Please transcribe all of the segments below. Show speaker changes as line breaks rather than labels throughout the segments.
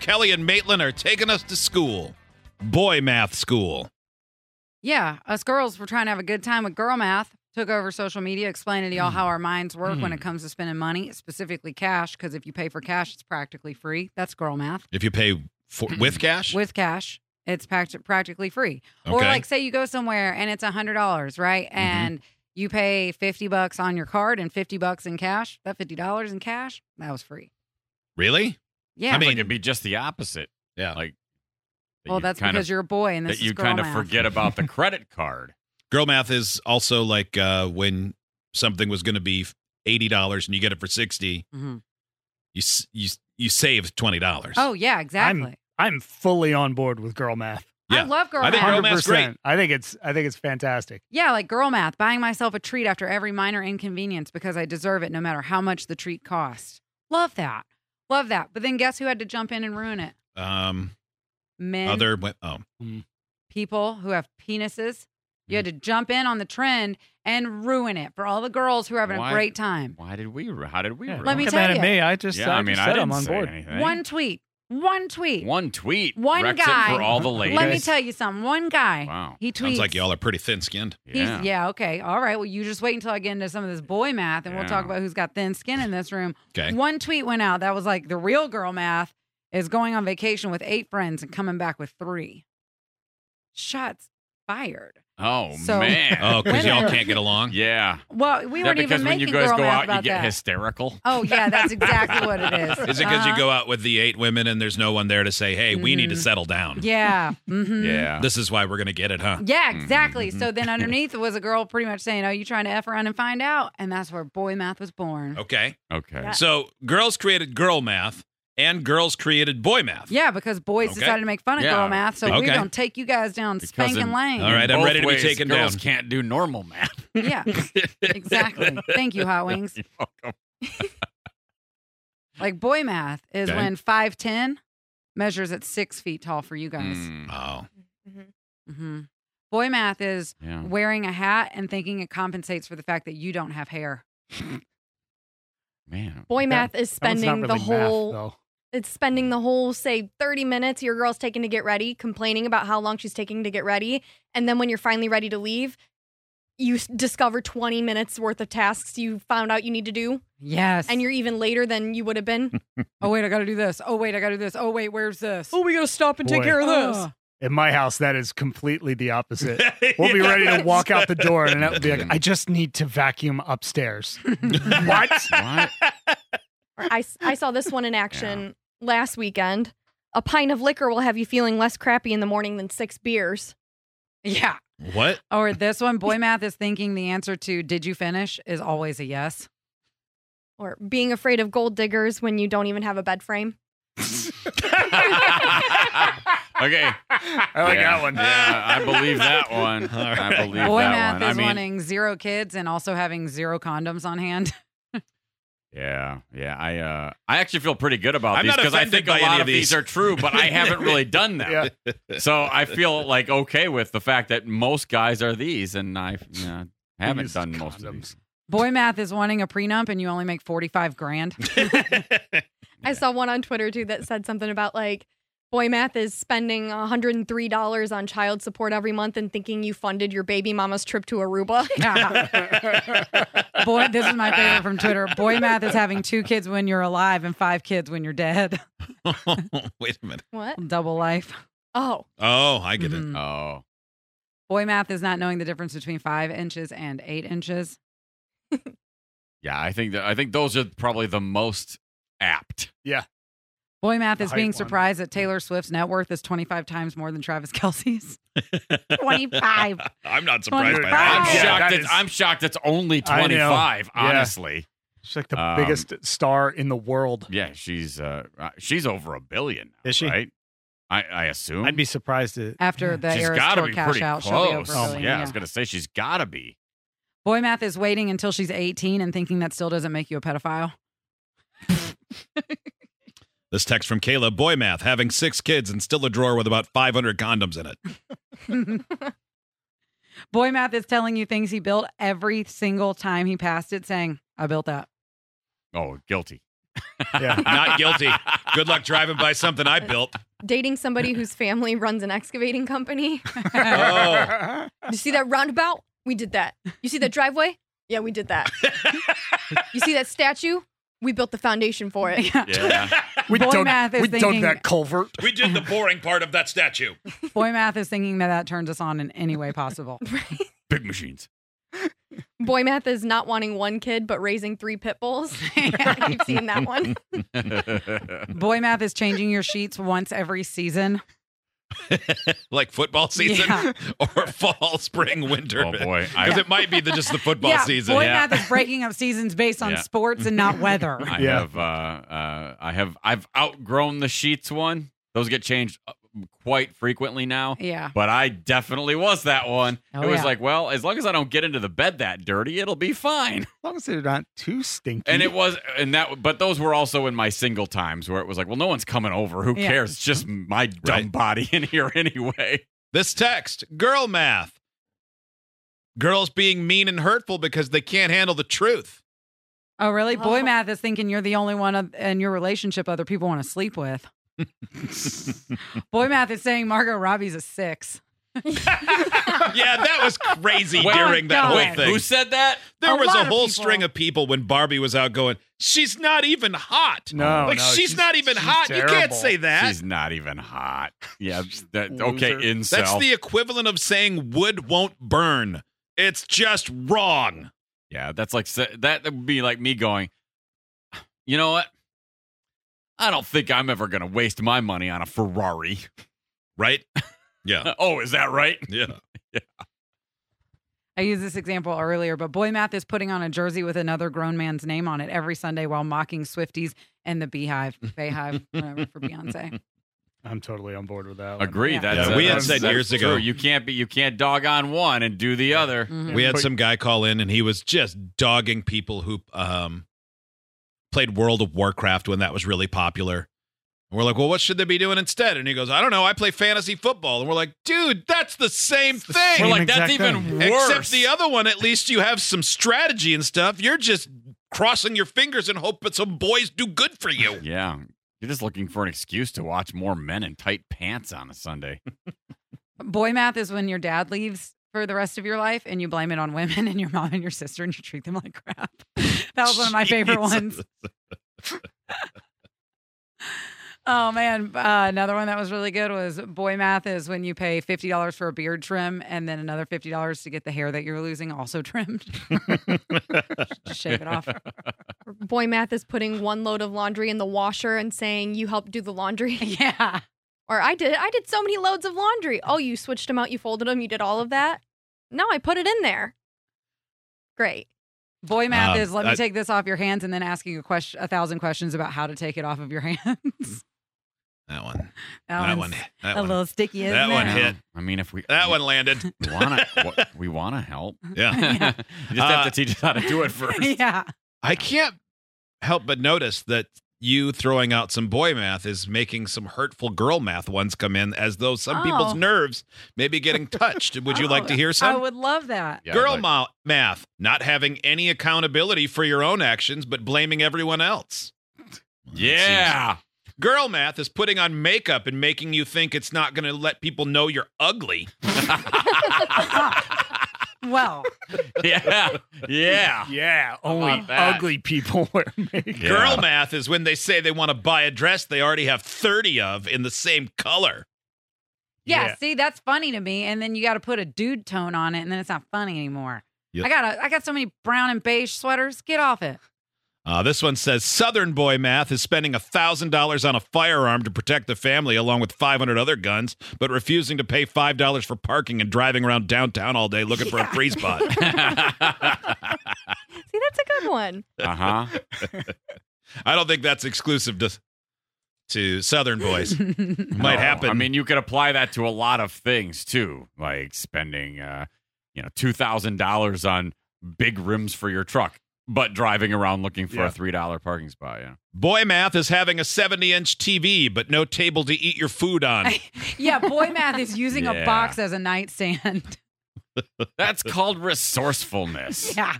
Kelly and Maitland are taking us to school. Boy math school.
Yeah, us girls were trying to have a good time with girl math. Took over social media, explaining to
Mm.
y'all how our minds work when it comes to spending money, specifically cash, because if you pay for cash, it's practically free. That's girl math.
If you pay for, with cash,
With cash, it's pact- practically free. Or
Okay.
like, say you go somewhere and it's a hundred dollars, right?
Mm-hmm.
And you pay fifty bucks on your card and fifty bucks in cash. That fifty dollars in cash, that was free.
really?
Yeah.
I mean-
like it'd be just the opposite.
Yeah.
Like, that
well,
you
that's
kind
because
of,
you're a boy and this
that
is
you
girl
kind
math.
of forget about the credit card.
Girl math is also like uh, when something was going to be eighty dollars and you get it for sixty.
Mhm.
You s- you s- you save twenty dollars.
Oh yeah, exactly.
I'm fully on board with girl math.
I love girl
I think
math.
girl math's great.
100%. I think it's I think it's fantastic.
Yeah, like girl math, buying myself a treat after every minor inconvenience because I deserve it no matter how much the treat costs. Love that. Love that. But then guess who had to jump in and ruin it?
Um,
Men,
other wi- oh,
people who have penises. You had to jump in on the trend and ruin it for all the girls who are having
Why-
a great time.
Why did we? ru- How did we? ruin
Let me
it?
Come
tell
at
you.
me. I just
Yeah, I mean,
just
I
said
didn't
I'm on
say
board.
anything.
One tweet. One tweet.
One tweet.
One
wrecks
guy.
It for all the ladies.
Let me tell you something. One guy.
Wow.
He tweets.
sounds like y'all are pretty thin skinned.
He's,
Yeah.
yeah. okay. All right. Well, you just wait until I get into some of this boy math and we'll talk
Yeah.
about who's got thin skin in this room.
Okay.
One tweet went out that was like, the real girl math is going on vacation with eight friends and coming back with three. Shots fired.
Oh
So-
man.
Oh, because y'all
Women.
can't get along.
yeah.
Well, we
Is that
weren't
because
even
when
making
you guys
girl
go
math
out,
about
you get
that.
hysterical.
Oh, yeah. That's exactly what it is.
Is it because you
Uh-huh.
go out with the eight women and there's no one there to say, "Hey, we need to
Mhm.
settle down."
Yeah. hmm
Yeah. Mm-hmm,
This is why we're going to get it, huh?
Yeah, exactly. So then underneath was a girl pretty much saying, Oh, you trying to F around and find out? And that's where boy math was born.
Oh.
Okay.
Okay.
Uh,
So girls created girl math and girls created boy math.
Yeah, because boys
Okay.
decided to make fun of
Yeah.
girl math, so
Okay.
we're gonna take you guys down
Because
spanking
in-
lane.
All right,
in
I'm
both
ready to be
ways,
taken
girls
down.
can't do normal math.
Yeah, exactly. Thank you, Hot Wings.
You're welcome.
Like boy math is
Okay.
when five ten measures at six feet tall for you guys.
Mm,
Oh,
hmm Boy math is
yeah.
wearing a hat and thinking it compensates for the fact that you don't have hair.
Man.
Boy
That-
math is
That one's not
spending the
really math,
whole
though.
it's spending the whole say 30 minutes your girl's taking to get ready, complaining about how long she's taking to get ready, and then when you're finally ready to leave, you s- discover 20 minutes worth of tasks you found out you need to do
Yes.
and you're even later than you would have been.
oh wait, I gotta do this. Oh wait, I gotta do this. Oh wait, where's this?
we got to stop and
take Boy. care
Oh.
In my house, that is completely the opposite. We'll be ready to walk out the door, and that would be like,
Mm.
I just need to vacuum upstairs. what?
What?
Or I, s- I saw this one in action last weekend. A pint of liquor will have you feeling less crappy in the morning than six beers.
Yeah.
what?
Or this one, boy math is thinking the answer to did you finish is always a yes.
Or being afraid of gold diggers when you don't even have a bed frame.
okay.
I like that one.
Yeah, I believe that one.
All right.
I believe
Boy
that
math is
one. I mean,
wanting zero kids and also having zero condoms on hand.
yeah, yeah. I uh, I actually feel pretty good about
I'm
these
not
because I
offended
think
by
a
any
lot
of
of these
these.
are true, but I haven't really done
Yeah.
them. So I feel like okay with the fact that most guys are these, and I yeah, haven't
Use
done most of
condoms.
these.
Boy math is wanting a prenup and you only make 45 grand.
I saw one on Twitter too that said something about like, boy math is spending $103 on child support every month and thinking you funded your baby mama's trip to Aruba.
Boy, this is my favorite from Twitter. Boy math is having two kids when you're alive and five kids when you're dead.
Wait a minute.
what?
Double life.
Oh,
Oh, I get it.
Mhm.
Oh.
Boy math is not knowing the difference between five inches and eight inches.
Yeah, I think that I think those are probably the most apt.
Boy math
The
is
height
being
one.
surprised that Taylor Swift's net worth is 25 times more than Travis Kelsey's. Mm-hmm. 25.
I'm not surprised by
I'm
that.
Yeah,
shocked.
that
it's,
is-
I'm shocked. It's only
I know.
25.
Yeah.
Honestly,
She's like the
Um,
biggest star in the world.
yeah, she's uh, uh, she's over a billion. Now,
Is she?
Right? I, I assume.
I'd be surprised to.
After the
she's
Eras
got to
Tour
be
cash
pretty
out, she'll be over
close. Oh,
a
yeah,
billion,
I was gonna say she's got to be.
Boy math is waiting until she's 18 and thinking that still doesn't make you a pedophile.
This text from Kayla Boy math, having six kids and still a drawer with about 500 condoms in it.
Boy math is telling you things he built every single time he passed it, saying, I built that.
Oh, guilty.
Yeah.
Not guilty. Good luck driving by something I built.
dating somebody whose family runs an excavating company.
Oh.
You see that roundabout? We did that. You see that driveway? Yeah, we did that. you see that statue? We built the foundation for it.
Yeah.
we
Boy
dug,
math is
we
thinking-
dug that culvert.
We did the boring part of that statue.
Boy math is thinking that that turns us on in any way possible.
Big machines.
Boy math is not wanting one kid but raising three pit bulls. You've seen that one.
Boy math is changing your sheets once every season.
Like football season
Yeah.
or fall, spring, winter.
oh boy.
Because
I,
it might be the, just the football
yeah,
season.
boy
yeah.
math is breaking up seasons based on
Yeah.
sports and not weather.
I
Yeah.
have uh, uh, I have I've outgrown the sheets one. Those get changed uh, quite frequently now.
yeah.
But I definitely was that one.
Oh,
it was
yeah.
like, well, as long as I don't get into the bed that dirty, it'll be fine.
As long as they're not too stinky.
And it was, and that, but those were also in my single times where it was like, well, no one's coming over. Who
Yeah.
cares? It's just my dumb
Right.
body in here anyway.
This text, girl math. Girls being mean and hurtful because they can't handle the truth.
Oh, really? Boy
Oh.
math is thinking you're the only one of- in your relationship other people want to sleep with. Boy math is saying Margot Robbie's a six.
Yeah, that was crazy
Wait,
during that
Oh God.
whole
Wait,
thing.
who said that?
there
a
was
lot
a
of
whole
people.
string of people when Barbie was out going, she's not even hot.
no,
like,
Oh, no,
she's, not even hot. You can't
terrible.
say that.
She's not even hot. Yeah. That,
Loser.
okay, incel.
That's the equivalent of saying wood won't burn. It's just wrong.
Yeah, that's like sa- that would be like me going, you know what? I don't think I'm ever going to waste my money on a Ferrari.
Right? Yeah.
oh, is that right?
Yeah.
I used this example earlier, but boy math is putting on a jersey with another grown man's name on it every Sunday while mocking Swifties and the Beehive, Bayhive, whatever for Beyonce.
I'm totally on board with that. one.
Agree.
Yeah.
That's uh,
Yeah, we had
that's-
said
that's
years
true.
ago-
You can't be you can't dog on one and do the other.
Mhm.
We had
But-
some guy call in and he was just dogging people who um, played World of Warcraft when that was really popular. And we're like, well, what should they be doing instead? And he goes, I don't know. I play fantasy football. And we're like, dude, that's the same
It's the
thing.
We're
Same
like that's
exact
even
thing.
worse.
Except the other one, at least you have some strategy and stuff. You're just crossing your fingers and hope that some boys do good for you.
Yeah. You're just looking for an excuse to watch more men in tight pants on a Sunday.
Boy math is when your dad leaves for the rest of your life and you blame it on women and your mom and your sister and you treat them like crap. That was one of my favorite
Jesus.
ones. Oh man, uh, another one that was really good was boy math is when you pay fifty dollars for a beard trim and then another fifty dollars to get the hair that you're losing also trimmed. Just shave it off.
Boy math is putting one load of laundry in the washer and saying, You helped do the laundry.
Yeah,
Or I did. I did so many loads of laundry. Oh, you switched them out, you folded them, you did all of that. No, I put it in there. Great.
boy math
Um,
is let me
I-
take this off your hands and then asking a question, a thousand questions about how to take it off of your hands. that,
That one. That
one's
one. That
a
one.
little sticky. Isn't
that
it?
one
Yeah.
hit.
I mean, if we
That one landed.
wanna, what- we want to help.
Yeah.
you just have
Uh,
to teach us how to do it first.
yeah.
I can't help but notice that you throwing out some boy math is making some hurtful girl math ones come in as though some people's
Oh.
nerves may be getting touched. Would you like to hear
Oh, I
some?
would love that.
Yeah,
girl
like-
ma- math, not having any accountability for your own actions, but blaming everyone else.
Yeah.
Girl math is putting on makeup and making you think it's not going to let people know you're ugly.
Well,
yeah. Yeah.
Yeah, only
about that?
ugly people wear makeup.
Girl math is when they say they want to buy a dress they already have 30 of in the same color.
Yeah,
Yeah.
see, that's funny to me. And then you got to put a dude tone on it, and then it's not funny anymore.
Yep.
I got a, I got so many brown and beige sweaters. Get off it.
Uh, this one says Southern Boy Math is spending $1,000 on a firearm to protect the family along with 500 other guns, but refusing to pay $5 for parking and driving around downtown all day looking for a free spot.
See, that's a good one.
uh-huh.
I don't think that's exclusive to, to Southern Boys. Might
No,
happen.
I mean, you could apply that to a lot of things too, like spending, uh, you know, two thousand dollars on big rims for your truck, but driving around looking for
Yeah.
a three dollar parking spot. Yeah,
Boy Math is having a 70 inch TV, but no table to eat your food on.
Yeah, boy math is using
Yeah.
a box as a nightstand.
that's called resourcefulness.
yeah,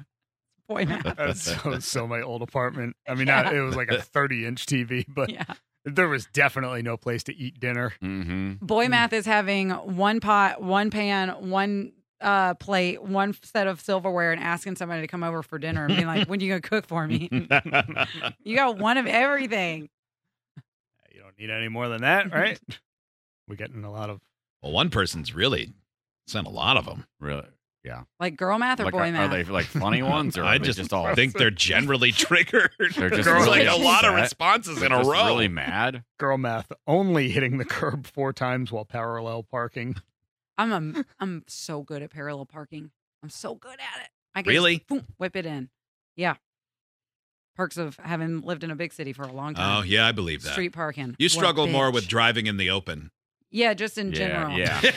boy math.
That's so, so my old apartment. I mean, not, it was like a 30 inch TV, but
Yeah,
there was definitely no place to eat dinner.
Mm-hmm.
boy math is having one pot, one pan, one uh plate, one set of silverware, and asking somebody to come over for dinner and being like, "When you gonna cook for me?" you got one of everything.
You don't need any more than that, right? We're getting a lot of
well, one person's really sent a lot of them.
Really?
Like girl math or
Like,
boy
are, are
math?
they like funny ones, or
I
are they
just,
just all
I think they're generally triggered.
They're just
There's like a
really
lot of
upset.
responses
they're
in a
just
row.
Really mad.
girl math only hitting the curb four times while parallel parking.
I'm a, I'm so good at parallel parking. I'm so good at it. I can
Really?
just, boom, whip it in. Yeah. Perks of having lived in a big city for a long
Oh
time.
yeah, I believe that.
Street parking.
you
What a
struggle more
bitch.
with driving in the open.
Yeah, just in general.
Yeah, yeah.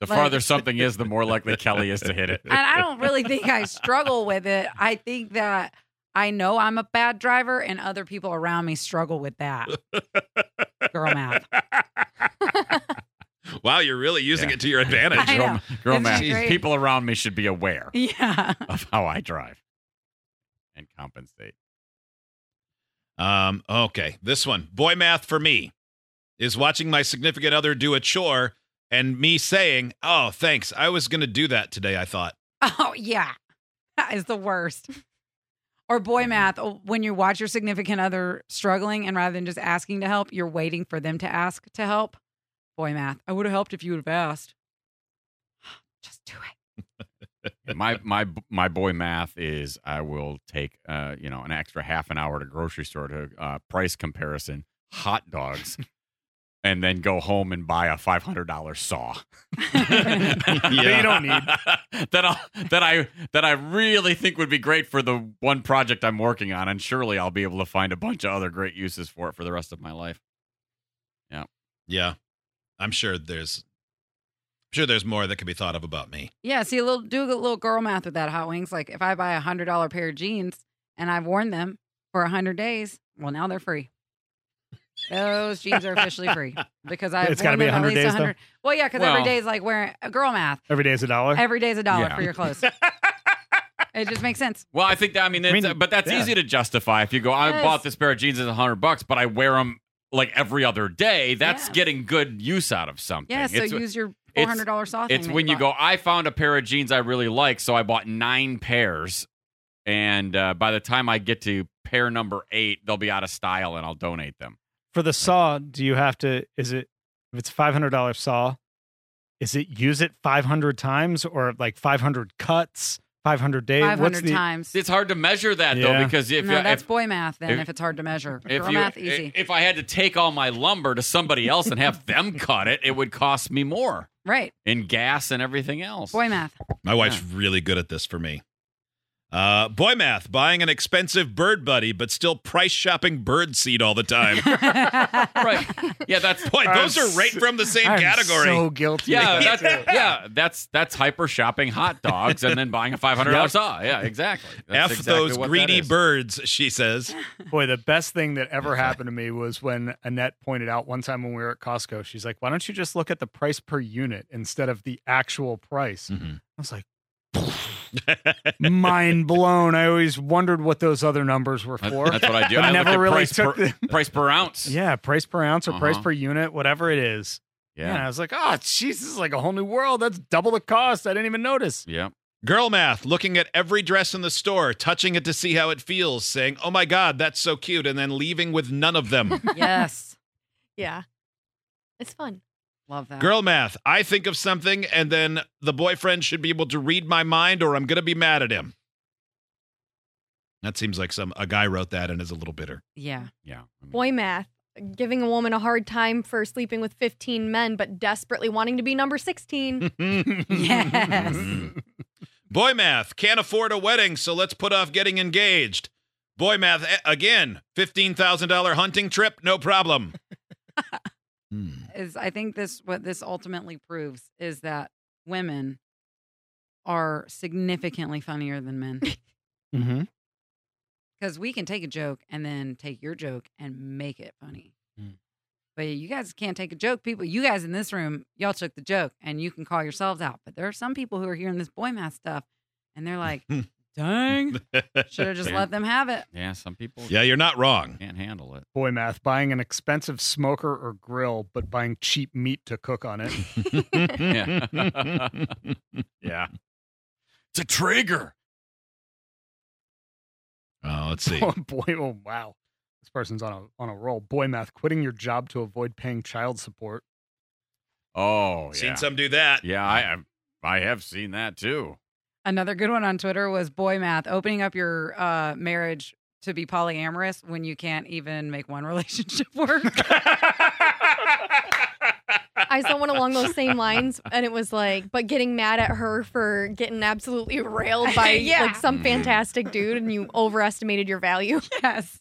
The farther something is, the more likely Kelly is to hit it.
And I don't really think I struggle with it. I think that I know I'm a bad driver and other people around me struggle with that. Girl math.
Wow, you're really using
Yeah.
it to your advantage.
I know.
Girl, girl
It's
math.
great.
People around me should be aware.
Yeah.
of how I drive and compensate.
Um, okay, this one, boy math for me, is watching my significant other do a chore and me saying, "Oh, thanks, I was going to do that today." I thought.
Oh yeah, that is the worst. Or boy
Mm-hmm.
math, oh, when you watch your significant other struggling, and rather than just asking to help, you're waiting for them to ask to help. Boy math, I would have helped if you would have asked. Just do it.
My my my boy math is I will take uh you know an extra half an hour to grocery store to uh, price comparison hot dogs, and then go home and buy a five hundred dollar saw.
Yeah.
That you don't need.
that I that I that I really think would be great for the one project I'm working on, and surely I'll be able to find a bunch of other great uses for it for the rest of my life.
Yeah, I'm sure there's, I'm sure there's more that could be thought of about me.
Yeah, see a little, do a little girl math with that hot wings. Like if I buy a hundred dollar pair of jeans and I've worn them for a hundred days, well now they're free. Those jeans are officially free because I've
It's
got to
gotta be 100 days, though?
Well, yeah, because
Well-
every day is like wearing girl math.
Every day is a dollar.
Every day's a dollar
Yeah.
for your clothes. it just makes sense.
Well, I think that, I mean,
I mean,
it's- but that's
yeah.
easy to justify. If you go, I
Yes.
bought this pair of jeans at a hundred bucks, but I wear them like every other day. That's
Yeah.
getting good use out of something.
Yeah, so
it's,
use your
it's-
four hundred dollar saw. thing
it's
that
when you
bought.
go, I found a pair of jeans I really like, so I bought nine pairs, and uh, by the time I get to pair number eight, they'll be out of style, and I'll donate them.
for the saw, do you have to? Is it if it's five hundred dollar saw? Is it use it five hundred times or like five hundred cuts, five hundred days?
five
What's
hundred
the-
times.
It's hard to measure that though
Yeah.
because if
no,
you-
that's
if,
boy math. Then
if-
if, it's hard to measure,
if
girl
you
math easy,
if I had to take all my lumber to somebody else and have them cut it, it would cost me more
right?
in gas and everything else.
Boy math.
My wife's really good at this for me. Uh, boy math, buying an expensive bird buddy, but still price shopping bird seed all the time.
right. Yeah, that's
Boy,
I'm
those are right
so-
from the same
I'm
category.
So guilty.
yeah,
of that
that's yeah, that's that's hyper shopping hot dogs and then buying a five hundred dollar
Yep.
saw. Yeah, exactly.
F
That's exactly
those
what that
greedy
is.
birds, she says.
Boy, the best thing that ever happened to me was when Annette pointed out one time when we were at Costco, she's like, why don't you just look at the price per unit instead of the actual price?
Mm-hmm.
I was like, mind blown. I always wondered what those other numbers were
That-
for.
That's what I do.
But
I
I never
look at
really
price
took
per,
the-
price per ounce.
yeah, price per ounce or price
Uh-huh.
per unit, whatever it is. Yeah. And I
yeah,
was like, oh, jeez, this is like a whole new world. That's double the cost. I didn't even notice.
yeah.
Girl math, looking at every dress in the store, touching it to see how it feels, saying, Oh my God, that's so cute, and then leaving with none of them.
Yes.
Yeah. It's fun.
Love that.
Girl math. I think of something, and then the boyfriend should be able to read my mind, or I'm gonna be mad at him. That seems like some a guy wrote that and is a little bitter.
Yeah.
Yeah. I mean,
Boy math. Giving a woman a hard time for sleeping with 15 men, but desperately wanting to be number 16.
Mm-hmm. Yes.
Mm-hmm. Boy math can't afford a wedding, so let's put off getting engaged. Boy math a- again. Fifteen thousand dollar hunting trip, no problem. Hmm.
is I think this what this ultimately proves is that women are significantly funnier than men
Mm-hmm.
because we can take a joke and then take your joke and make it funny.
Mm.
But you guys can't take a joke. People, you guys in this room, y'all took the joke and you can call yourselves out. But there are some people who are hearing this boy math stuff and they're like, dang, should have just let them have it.
yeah. Some people
yeah, you're not wrong.
can't handle it.
Boy math, buying an expensive smoker or grill, but buying cheap meat to cook on it.
Yeah. It's a trigger.
Oh, let's see.
oh boy, oh wow. This person's on a on a roll. Boy math, quitting your job to avoid paying child support.
Oh, yeah.
Seen some do that.
Yeah, I, I I have seen that too.
Another good one on Twitter was boy math, opening up your uh, marriage to be polyamorous when you can't even make one relationship work.
I saw one along those same lines, and it was like, but getting mad at her for getting absolutely railed by
Yeah.
like some fantastic dude, and you overestimated your value.
yes.